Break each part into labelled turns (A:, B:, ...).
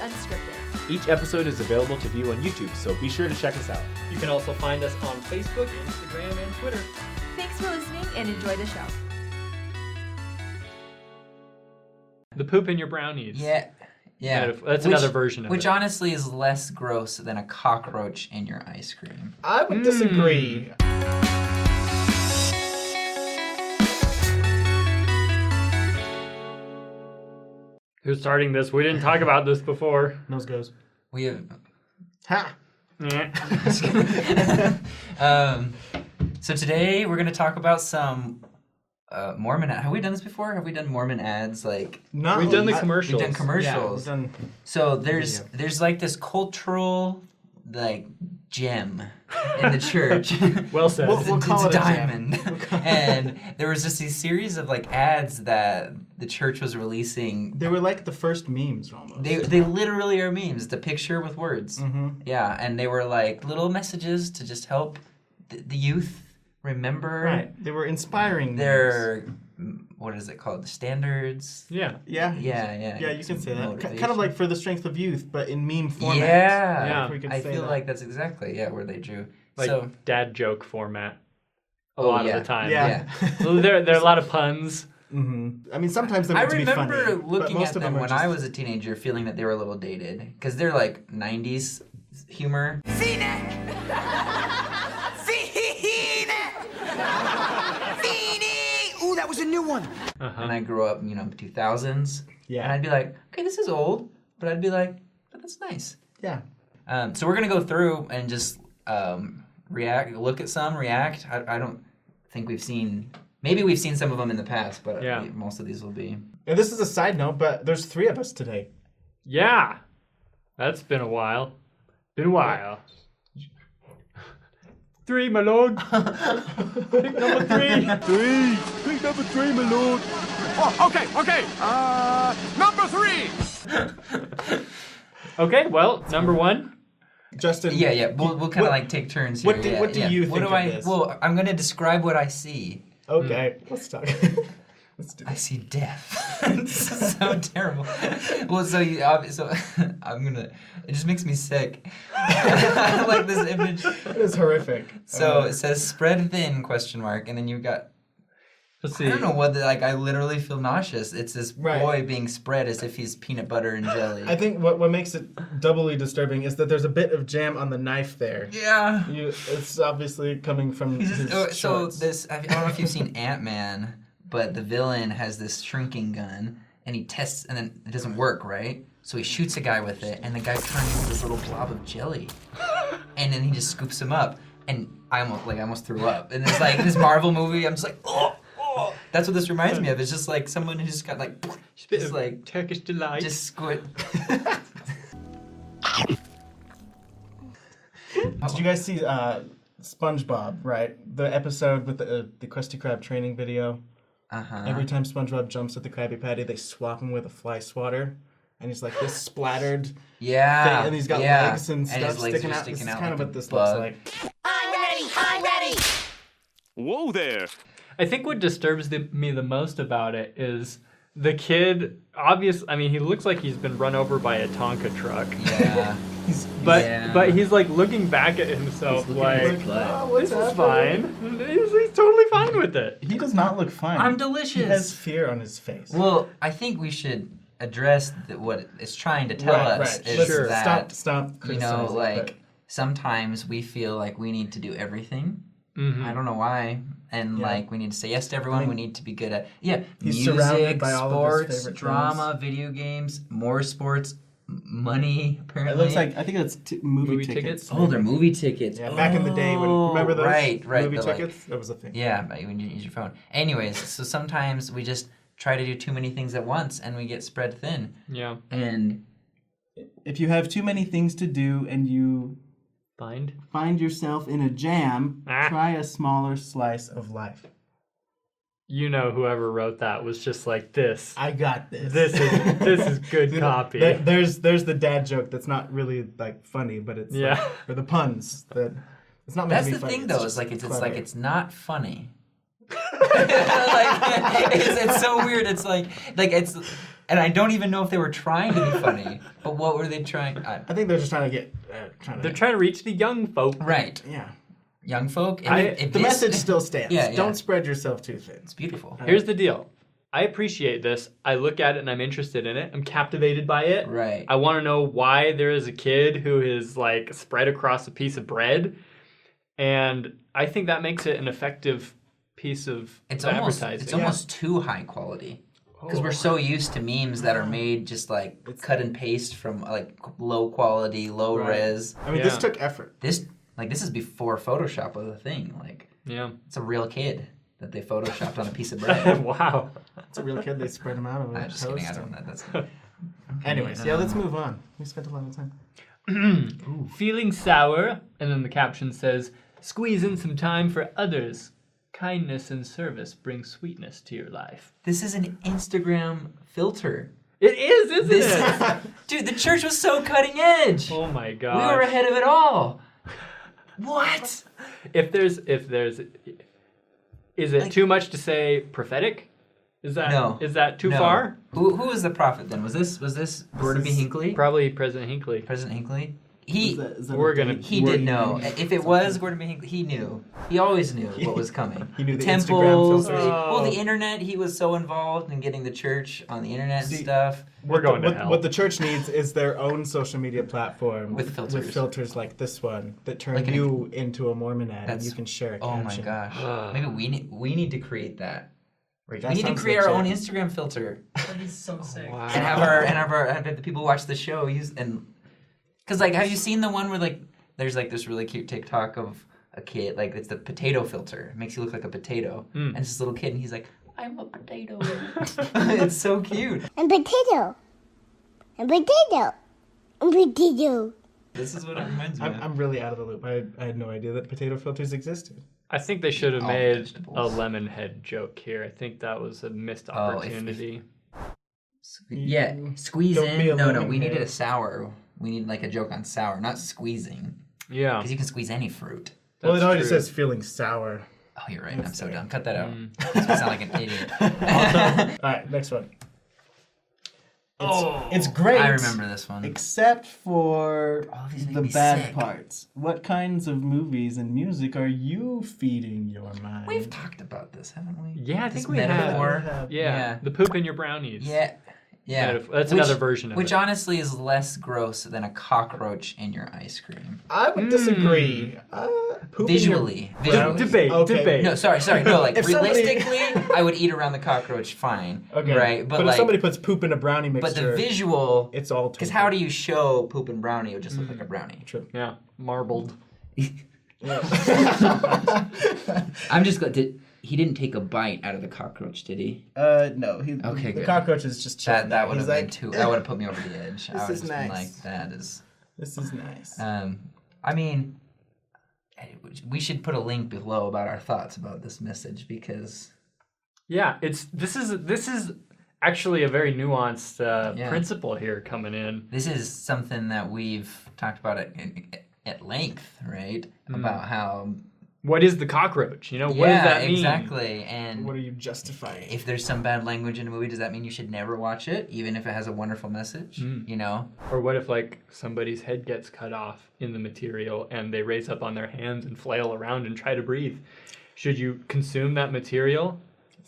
A: Unscripted.
B: Each episode is available to view on YouTube, so be sure to check us out.
C: You can also find us on Facebook, Instagram, and Twitter.
A: Thanks for listening and enjoy the show.
C: The poop in your brownies.
D: Yeah. Yeah.
C: Metaf- that's another version of
D: Which
C: it.
D: honestly is less gross than a cockroach in your ice cream.
E: I would disagree.
C: Hmm. Who's starting this? We didn't talk about this before.
E: Nose goes.
D: We have.
E: Ha!
C: Yeah.
D: um, so today we're going to talk about some uh, Mormon. Ad- have we done this before? Have we done Mormon ads like?
E: No,
C: We've done the
E: I-
C: commercials.
D: We've done
E: Yeah, we've
D: commercials.
E: done
D: So there's
E: Video.
D: there's like this cultural like gem in the church.
C: Well said.
E: Well, well- We'll
D: it's
E: call
D: a
E: it a gem.
D: diamond. and there was just these series of like ads that the church was releasing.
E: They were like the first memes almost.
D: They they literally are memes, the picture with words.
E: Mhm.
D: Yeah, and they were like little messages to just help the, the youth remember
E: right. They were inspiring. memes.
D: their what is it called? The standards.
C: yeah.
E: Yeah.
D: Yeah, yeah.
E: Yeah, you can say that. K- Kind of
D: Motivation.
E: like for the strength of youth, but in meme format.
D: Yeah.
C: Yeah.
E: If we could
D: I
E: say
D: feel
E: that.
D: like that's exactly yeah where they drew.
C: Like
D: so
C: dad joke format. A
D: Oh,
C: lot
D: yeah.
C: of the time.
E: Yeah.
C: Well, there, there are a lot of puns.
E: hmm I mean, sometimes they're
D: I
E: meant to be funny.
D: remember
E: but
D: looking
E: most
D: at
E: of
D: them
E: are
D: when
E: just-
D: I was a teenager, feeling that they were a little dated because they're like '90s humor.
F: Ooh, that was a new one.
D: And I grew up, you know, 2000s.
E: Uh-huh. Yeah.
D: And I'd be like, okay, this is old, but I'd be like, but that's nice.
E: Yeah.
D: Um, so we're gonna go through and just um, react, look at some, react. I, I don't think we've seen. Maybe we've seen some of them in the past, but
C: Yeah.
D: we- most of these will be.
E: And this is a side note, but there's three of us today.
C: Yeah. That's been a while. Been a while. Three, my lord. Pick number three. Three. Pick number three, my lord.
F: Oh, okay, okay. Uh, number three.
C: Okay, well, number one.
E: Justin.
D: Yeah, yeah. We'll, we'll kind
E: what-
D: of like take turns here.
E: what do-
D: yeah,
E: what do
D: yeah.
E: you
D: What do
E: think of
D: I?
E: this?
D: Well, I'm gonna describe what I see.
E: Okay.
D: Hmm.
E: Let's talk. Let's do
D: I
E: it.
D: see death. it's so terrible. Well, so you, ob- so I'm gonna. It just makes me sick. I like this image.
E: It is horrific.
D: So
E: Uh,
D: it says spread thin question mark, and then you've got.
C: Let's see.
D: I don't know what. The, like I literally feel nauseous. It's this
E: Right.
D: boy being spread as if he's peanut butter and jelly.
E: I think what, what makes it doubly disturbing is that there's a bit of jam on the knife there.
D: yeah.
E: You, it's obviously coming from
D: He's
E: his
D: just, oh, so
E: shorts.
D: this. I I don't know if you've seen Ant Man, but the villain has this shrinking gun, and he tests, and then it doesn't work, right? So he shoots a guy with it, and the guy turns into this little blob of jelly, and then he just scoops him up, and I almost like I almost threw up, and it's like this Marvel movie. I'm just like, oh, oh. That's what this reminds me of. It's just like someone who just got like, just like
C: Turkish delight.
D: Just squid.
E: Did you guys see uh, SpongeBob? Right, the episode with the uh, the Krusty Krab training video.
D: Uh huh.
E: Every time SpongeBob jumps at the Krabby Patty, they swap him with a fly swatter, and he's like this splattered thing,
D: Yeah.
E: and he's got
D: yeah.
E: legs and stuff
D: his legs
E: sticking
D: are
E: out.
D: sticking
E: this
D: out
E: is kind of
D: like
E: what
D: a
E: this
D: bug.
E: looks like.
F: I'm ready. I'm ready.
G: Whoa there!
C: I think what disturbs the, me the most about it is the kid. Obvious. I mean, he looks like he's been run over by a Tonka truck.
D: Yeah.
E: He's
C: But
D: Yeah.
C: but he's like looking back at himself like
E: oh,
C: this is
E: what's happening?"
C: fine. He's, he's totally fine with it.
E: He does not look fine.
D: I'm
E: he has
D: delicious.
E: fear on his face.
D: Well, I think we should address th- what it's trying to tell
E: right,
D: us
E: right.
D: is
E: Let's
C: Sure.
D: that
E: stop, stop.
D: you know,
E: criticizing,
D: like
E: but-
D: sometimes we feel like we need to do everything.
C: Mhm.
D: I don't know why. And
E: Mm-hmm. Yeah.
D: like we need to say yes to everyone. we need to be good at yeah
E: He's
D: music,
E: surrounded by all of his
D: sports,
E: favorite
D: drama, video games, more sports, m- money. Apparently,
E: it looks like I think that's t- movie,
C: Movie
E: tickets.
C: tickets?
D: oh, they're movie tickets.
E: Yeah, back in the day when
D: Oh,
E: remember those
D: right, right,
E: movie
D: the, like-
E: tickets? that was a thing.
D: Yeah, but when you use your phone. Anyways, so sometimes we just try to do too many things at once and we get spread thin.
C: Yeah.
D: And
E: If you have too many things to do and you
C: Find.
E: find yourself in a jam,
C: Ah.
E: try a smaller slice of life.
C: You know, whoever wrote that was just like this.
E: I got this.
C: This is this is good
E: There-
C: copy.
E: there- there's there's the dad joke that's not really like funny, but it's yeah,
C: Yeah.
E: or the puns that it's not. Meant
D: that's
E: to be
D: the
E: funny,
D: thing though,
E: just
D: is like it's, it's
E: clever.
D: like it's not funny. like it's, it's so weird. It's like like it's And I don't even know if they were trying to be funny, but what were they trying? I,
E: I think they're just trying to get uh, trying to.
C: They're trying to reach the young folk.
D: right,
E: yeah.
D: young folk. If,
C: I-
D: if
E: The
D: this-
E: message still stands.
D: Yeah, yeah.
E: Don't spread yourself too thin.
D: It's beautiful.
C: Here's the deal. I appreciate this. I look at it and I'm interested in it. I'm captivated by it.
D: Right.
C: I want to know why there is a kid who is like spread across a piece of bread. And I think that makes it an effective piece of
D: It's almost
C: advertising. Oh,
D: it's almost too high quality because we're so used to memes that are made just like cut and paste from like low quality, low res.
E: I mean, this
C: Yeah.
E: took effort.
D: This like this is before Photoshop was a thing. Like
C: yeah.
D: it's a real kid that they photoshopped on a piece of bread.
C: wow.
E: It's a real kid. They spread him out over
D: I'm
E: a
D: just kidding. I
E: toast.
D: don't know. That's
E: Anyways, yeah, let's move on. We spent a lot of time.
C: Feeling sour, and then the caption says, "Squeeze in some time for others. Kindness and service bring sweetness to your life."
D: this is an Instagram filter.
C: It is, isn't
D: This,
C: it?
D: dude, the church was so cutting edge.
C: Oh my
D: We were
C: god.
D: ahead of it all. What?
C: if there's if there's is it too much to say prophetic? Is that is
D: No.
C: that too
D: No.
C: far?
D: Who, who was the prophet then? Was this was this Burnaby Hinkley?
C: Probably President Hinckley.
D: President Hinkley? He
C: We're gonna
D: he did know. If it was Burnaby Hinkley, he knew. He always knew what was coming.
E: He knew the
D: temples.
E: Instagram filters.
D: the- well, the internet. He was so involved in getting the church on the internet and
E: See-
D: stuff.
C: We're going to
E: what,
C: hell.
E: what the church needs is their own social media platform
D: With filters.
E: with filters like this one that turn
D: Like an-
E: you into a Mormon ad, and
D: That's-
E: you can share. A
D: Oh my
E: caption.
D: gosh. Maybe we need we need to create that.
E: That
D: we need to
E: sounds
D: create our own
E: legit.
D: Instagram filter
H: That'd be so sick.
D: and have our and have our have the people who watch the show use and because like have you seen the one where like there's like this really cute TikTok of a kid like it's the potato filter it makes you look like a potato
E: Hmm.
D: and it's this little kid and he's like I'm a potato it's so cute
I: And potato. And potato. And potato.
D: this is what it reminds me
E: I'm,
D: of
E: I'm really out of the loop. I, I had no idea that potato filters existed.
C: I think they should have
D: All
C: made a
D: vegetables.
C: lemon head joke here. I think that was a missed
D: Oh, if- if-
C: opportunity.
D: yeah squeeze
E: Don't be a
D: in no no
E: lemon
D: we needed
E: head.
D: a sour we need like a joke on sour not squeezing
C: yeah.
D: because you can squeeze any fruit
E: well, it
C: That's
E: already
C: true.
E: says feeling sour.
D: oh you're right I'm so dumb cut that out
E: Hmm.
D: Makes me sound like an idiot
E: All right, next one. It's,
C: Oh.
E: it's great.
D: I remember this
E: Hmm.
D: one
E: Except for
D: Oh, these make
E: the
D: me
E: bad
D: sick.
E: parts. What kinds of movies and music are you feeding your mind?
D: We've talked about this, haven't we?
C: Yeah, I
D: This
C: think we
D: metaphor.
C: have.
E: have-
C: Yeah.
D: Yeah.
C: The poop in your brownies.
D: Yeah, yeah.
C: Metaphor. That's another version of
D: which
C: it.
D: honestly is less gross than a cockroach in your ice cream.
E: I would
C: Hmm.
E: disagree. Uh, poop in your-
D: Visually, visually.
C: Debate,
E: Okay.
C: debate.
D: No, sorry, sorry. No, like
E: If somebody-
D: realistically, I would eat around the cockroach fine.
E: Okay.
D: Right, but,
E: if
D: like,
E: somebody puts poop in a brownie
D: but
E: mixture,
D: the visual.
E: it's Hmm. all.
D: Because how do you show poop and brownie? It would just look like a brownie.
C: Yeah. Marbled.
D: I'm just glad did, he didn't take a bite out of the cockroach, did he?
E: Uh, no. He,
D: Okay,
E: The
D: good.
E: cockroach is just chilling.
D: That that would
E: He's
D: have been
E: like,
D: too. That would have put me over the edge. I
E: This
D: would have
E: is
D: just been like,
E: nice.
D: that is
E: This is nice.
D: Um, I mean, we should put a link below about our thoughts about this message because
C: Yeah, it's this is this is actually a very nuanced uh,
D: Yeah.
C: principle here coming in.
D: this is something that we've talked about at, at, at length, right? About how
C: What is the cockroach? You know, Mm-hmm. what does
D: yeah,
C: that mean?
D: exactly. And
E: what are you justifying?
D: if there's some bad language in a movie, does that mean you should never watch it, even if it has a wonderful message?
C: Mm.
D: You know,
C: Or what if like somebody's head gets cut off in the material and they raise up on their hands and flail around and try to breathe? Should you consume that material?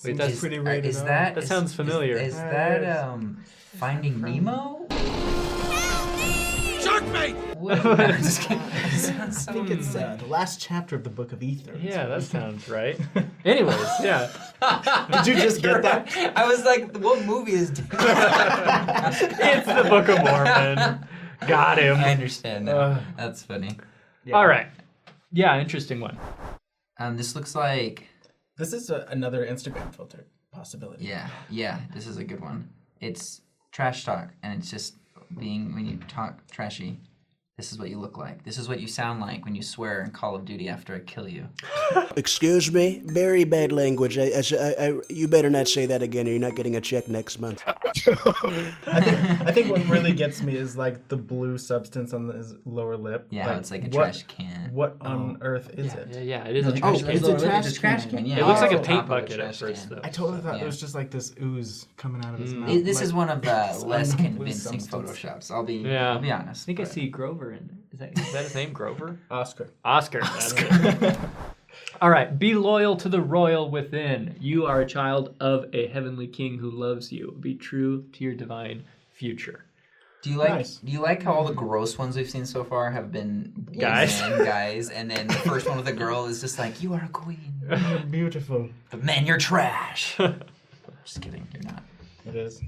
C: Wait, that's
D: is,
E: pretty
D: are-
E: rated
D: is
E: R.
D: that
C: That
D: is-
C: sounds
D: is-
C: familiar.
D: Is, that um, Finding Nemo?
F: Sharkbait!
D: What? No, I'm just kidding. It sounds so
E: I think it's uh, the last chapter of the Book of Ether.
C: Yeah, that sounds right. Anyways, yeah.
E: Did you just get that?
D: I was like, what movie is
C: It's the Book of Mormon. Got him.
D: I understand now.
C: Uh.
D: That's funny.
C: All right. Yeah, interesting one.
D: Um, this looks like
E: This is a, another Instagram filter possibility.
D: yeah, yeah. This is a good one. It's trash talk, and it's just being when you talk trashy. This is what you look like. This is what you sound like when you swear in Call of Duty after I kill you.
H: Excuse me? Very bad language. I, I- I- I- you better not say that again or you're not getting a check next month.
E: I think what really gets me is like the blue substance on his lower lip.
D: Yeah, it's like a
E: what-
D: trash can.
E: What on earth is it?
C: Oh. Yeah, yeah, it is. Oh, a
D: The
C: trash can.
D: trash can's
H: it's a
D: literally
H: trash
D: just
H: can.
D: Yeah,
C: It looks like a
E: Oh.
C: paint
D: Top of a
C: bucket at
D: trash
C: first,
D: can.
C: though.
E: I totally thought
D: Yeah.
E: it was just like this ooze coming out of
C: Mm.
E: his mouth.
D: It- this
E: like-
D: is one of the
E: Some
D: less
E: blue
D: convincing
E: substance.
D: photoshops. I'll be,
C: Yeah.
D: I'll be honest.
C: I think I
D: but-
C: see Grover in there. Is that, is that his name, Grover?
E: Oscar.
C: Oscar. Oscar. All right. Be loyal to the royal within. You are a child of a heavenly king who loves you. Be true to your divine future.
D: Do you like?
E: Nice.
D: Do you like how all the gross ones we've seen so far have been boy
C: Guys.
D: men, guys, and then the first one with a girl is just like, "You are a queen,
E: Beautiful.
D: but man, you're trash." just kidding, you're not.
E: It is.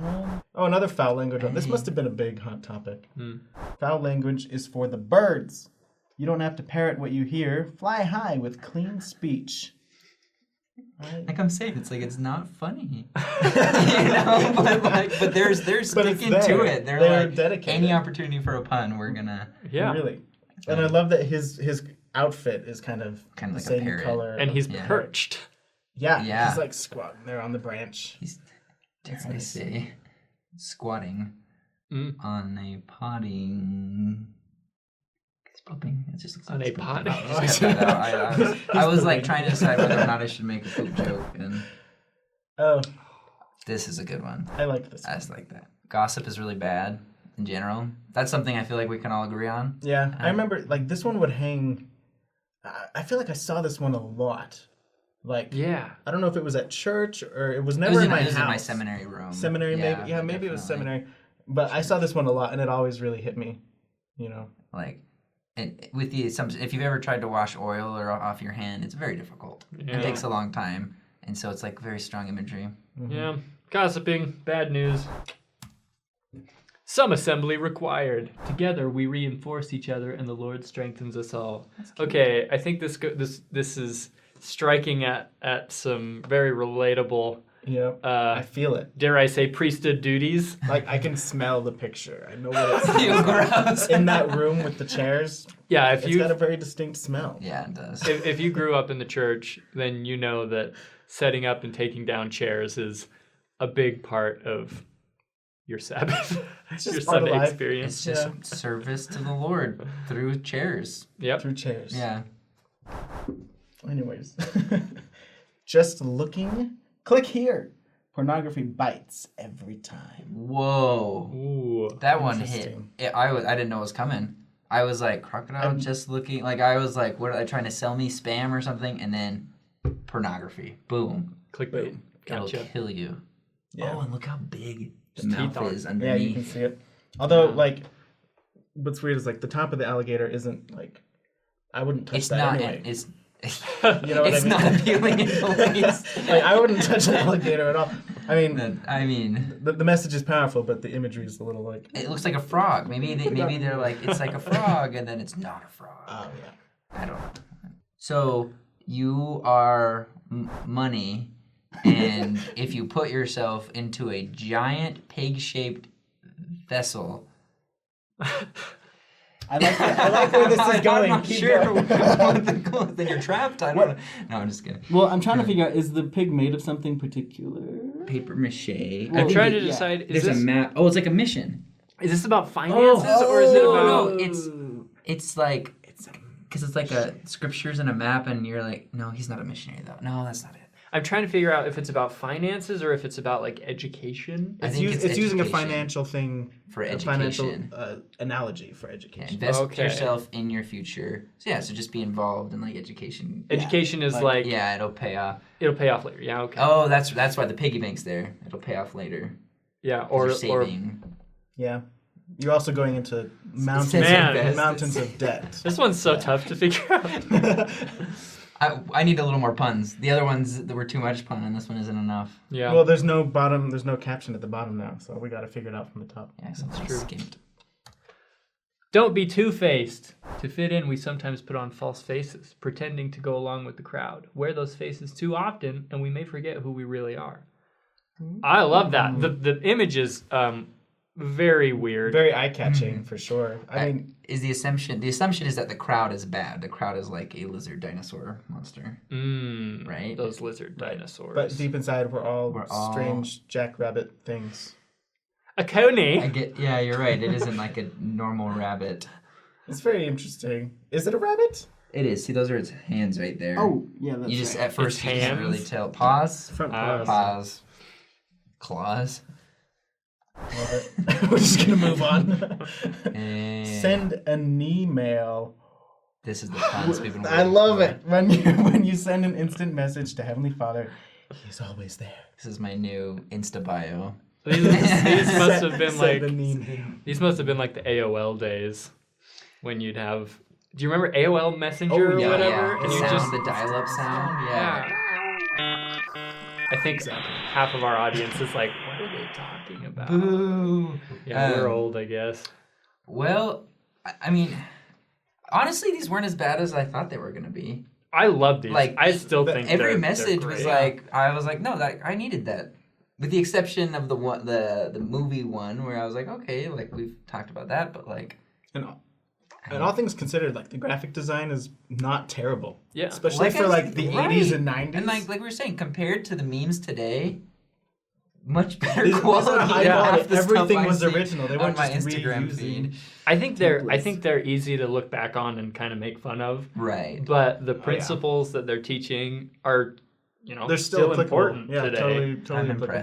E: Um, oh, another foul language. one. This must have been a big hot topic.
C: Hmm.
E: Foul language is for the birds. You don't have to parrot what you hear. Fly high with clean speech.
D: Like I'm saying, it's like it's not funny, you know. But like, but there's they're
E: But it's
D: sticking to
E: there.
D: it. They're,
E: They're
D: like,
E: dedicated.
D: any opportunity for a pun, we're gonna.
C: Yeah.
E: Really. And I love that his his outfit is kind of
D: Kind of
E: the
D: like a
E: same
D: parrot.
E: color.
C: And he's
D: Yeah.
C: perched.
E: yeah,
D: Yeah.
E: he's like squatting there on the branch.
D: He's dare I say, squatting
C: Mm.
D: on a potting. It's pooping. It just looks like
C: On
D: it's
C: a
D: pooping.
C: potting.
D: I just cut that out. I, I was, I was, like trying to decide whether or not I should make a poop joke, and
E: Oh,
D: this is a good one.
E: I like this.
D: I just like that. Gossip is really bad in general. That's something I feel like we can all agree on.
E: Yeah, I remember like this one would hang. I I feel like I saw this one a lot. Like
C: Yeah.
E: I don't know if it was at church or it was
D: It
E: never
D: was,
E: in,
D: in,
E: my
D: it was
E: house.
D: in my seminary room.
E: Seminary, maybe. Yeah, maybe it was
D: definitely.
E: seminary. But I saw this one a lot, and it always really hit me. You know,
D: Like, and with the assumption, if you've ever tried to wash oil or off your hand, it's very difficult.
C: Yeah.
D: It takes a long time, and so it's like very strong imagery.
C: Yeah. Gossiping. Bad news. Some assembly required. Together we reinforce each other, and the Lord strengthens us all. Okay, I think this go- this this is striking at at some very relatable.
E: yeah, I
C: Uh,
E: feel it.
C: dare I say priesthood duties?
E: Like I can smell the picture. I know what it's
D: Ew, gross.
E: in that room with the chairs.
C: Yeah, if
E: It's
C: you
E: got a very distinct smell.
D: Yeah, it does.
C: if, if you grew up in the church, then you know that setting up and taking down chairs is a big part of your Sabbath,
E: just
C: your
E: part of
C: Sunday
E: life.
C: experience.
D: It's just service to the Lord through chairs.
C: Yep.
E: Through chairs.
D: Yeah.
E: Anyways, just looking. Click here. Pornography bites every time.
D: Whoa.
C: Ooh.
D: That one hit.
E: Interesting.
D: It, I was. I didn't know it was coming. I was like crocodile, just looking. Like I was like, what are they trying to sell me? Spam or something? And then pornography. Boom.
C: Clickbait. Gotcha.
D: It'll kill you.
E: Yeah.
D: Oh, and look how big the mouth
C: teeth on-
D: is
E: Yeah, you
D: underneath.
E: can see it. Although, like, what's weird is like the top of the alligator isn't like. I wouldn't touch
D: it's
E: that
D: not.
E: anyway.
D: It's.
E: You know what I
D: it's
E: mean?
D: not appealing in the least.
E: like, I wouldn't touch an alligator at all. I mean,
D: Then, I mean,
E: the, the message is powerful, but the imagery is a little like.
D: it looks like a frog. Maybe they, maybe they're like it's like a frog, and then it's not a frog.
E: Oh yeah.
D: I don't know. So you are m- money, and if you put yourself into a giant pig-shaped vessel,
E: I like, I like where this is going.
D: I'm not
E: Keep
D: sure
E: going.
D: what the goal is. Then you're trapped. I don't know. No, I'm just kidding.
E: Well, I'm trying to figure out is the pig made of something particular?
D: Paper mache.
C: I'm trying to decide. Is
D: There's
C: this,
D: a map. Oh, it's like a mission.
C: is this about finances or is it
E: Oh,
D: no,
C: about?
D: no, it's it's like it's because it's like a scriptures and a map, and you're like, no, he's not a missionary though. No, that's not it.
C: I'm trying to figure out if it's about finances or if it's about like education.
D: I
E: It's,
D: think
E: us-
D: it's
E: it's using a
D: education.
E: financial thing
D: For
E: a financial
D: education.
E: uh, analogy for education.
D: invest
C: Okay.
D: yourself in your future. So yeah, so just be involved in like education.
C: Education is like
D: Yeah, it'll pay off.
C: it'll pay off later. Yeah. Okay.
D: Oh, that's that's why the piggy bank's there. It'll pay off later.
C: yeah.
D: 'cause
C: Or
D: you're
C: or
D: saving.
E: Yeah, you're also going into mountains,
D: says
C: Man.
D: invest.
E: mountains of debt.
C: this one's so tough to figure out.
D: I, I need a little more puns. The other ones that were too much pun, and this one isn't enough.
C: Yeah.
E: Well, there's no bottom. There's no caption at the bottom now, so we got to figure it out from the top.
D: Yeah, something skimped.
C: Don't be two faced. To fit in, we sometimes put on false faces, pretending to go along with the crowd. Wear those faces too often, and we may forget who we really are. I love that. The, the images um, very weird.
E: Mm. Very eye catching for sure. I
D: Mm-hmm. I-
E: mean,
D: is the assumption the assumption is that the crowd is bad. The crowd is like a lizard dinosaur monster,
C: Mm,
D: right?
C: those lizard dinosaurs.
E: but deep inside, we're all
D: We're all-
E: strange jackrabbit things.
C: a coney.
D: I get. Yeah, you're right. It isn't like a normal rabbit.
E: It's very interesting. Is it a rabbit?
D: It is. See, those are its hands right there.
E: yeah, that's
D: you just at first
C: Its
D: you can't really
C: hands?
D: tell. Paws,
E: Oh. front
C: Ah.
E: paws.
D: paws, claws.
E: we're just gonna move on.
D: And
E: Send an email.
D: this is the puns we've been.
E: I
D: waiting
E: love
D: for.
E: it when you when you send an instant message to Heavenly Father. He's always there.
D: This is my new Insta bio.
C: These, these must
E: Send-
C: have been
E: send
C: like
E: an email.
C: these must have been like the AOL days when you'd have. Do you remember AOL Messenger or
E: Oh, yeah,
C: whatever?
D: The
C: And you
D: sound,
C: just
D: the dial-up sound. Yeah.
C: yeah. I think half of our audience is like, what are they talking about?
D: Boo.
C: Yeah, we're
D: Um,
C: old, I guess.
D: Well, I, I mean, honestly, these weren't as bad as I thought they were gonna be.
C: I love these.
D: like,
C: I still
E: the-
C: think
D: Every
C: they're- they're
D: message was
C: great.
D: like, I was like, no, that I needed that. With the exception of the one, the the movie one, where I was like, okay, like we've talked about that, but like,
E: And all, and all things considered, like the graphic design is not terrible.
C: Yeah.
E: especially
D: I
E: for
D: was-
E: like the
D: right.
E: '80s and '90s.
D: and like like we were saying, compared to the memes today, much better
E: These- these are
D: quality.
E: high
D: than half
E: quality.
D: the stuff
E: Everything
D: I
E: was
D: see
E: original. They
D: on
E: weren't
D: my
E: just
D: Instagram
E: reusing-
D: feed,
C: I think they're I
E: templates.
C: think they're easy to look back on and kind of make fun of.
D: right?
C: But the principles that they're teaching are, you know,
E: Oh, they're still, applicable.
C: important
E: yeah,
C: today.
E: totally, totally
D: I'm
E: applicable.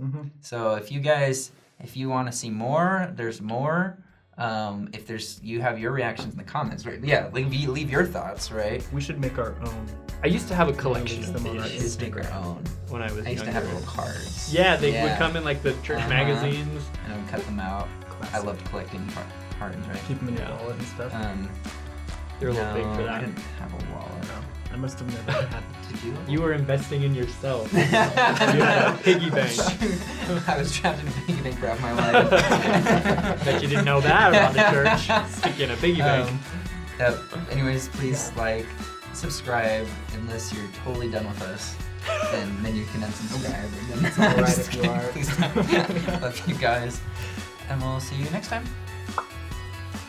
D: impressed. So if you guys, if you want to see more, there's more. Um, if there's, you have your reactions in the comments, right? Yeah, leave, you- leave your thoughts, right?
E: We should make our own.
C: I used to have a collection
E: Use
C: of
E: them on our
C: these
D: Just make our own.
C: when I was
D: I used to
C: younger.
D: have little cards.
C: yeah, they would
D: Yeah.
C: come in like the church
D: Uh-huh.
C: magazines.
D: And I would cut them out. I loved collecting car- cards, right?
E: Keep them in
C: Yeah. Uh,
E: your wallet and stuff.
D: Um,
C: They're a little big for
D: no, I
C: that.
D: didn't have a wallet.
E: I must have never had.
D: Did you?
C: You were investing in yourself. you had a piggy bank.
D: I was trapped in a piggy bank for half my life.
C: Bet you didn't know that around the church. Speaking of piggy bank.
D: Um, yep. Anyways, please like, subscribe, unless you're totally done with us. then, then you can unsubscribe. And then it's
E: alright if you are.
D: Please don't. Love you guys. And we'll see you next time.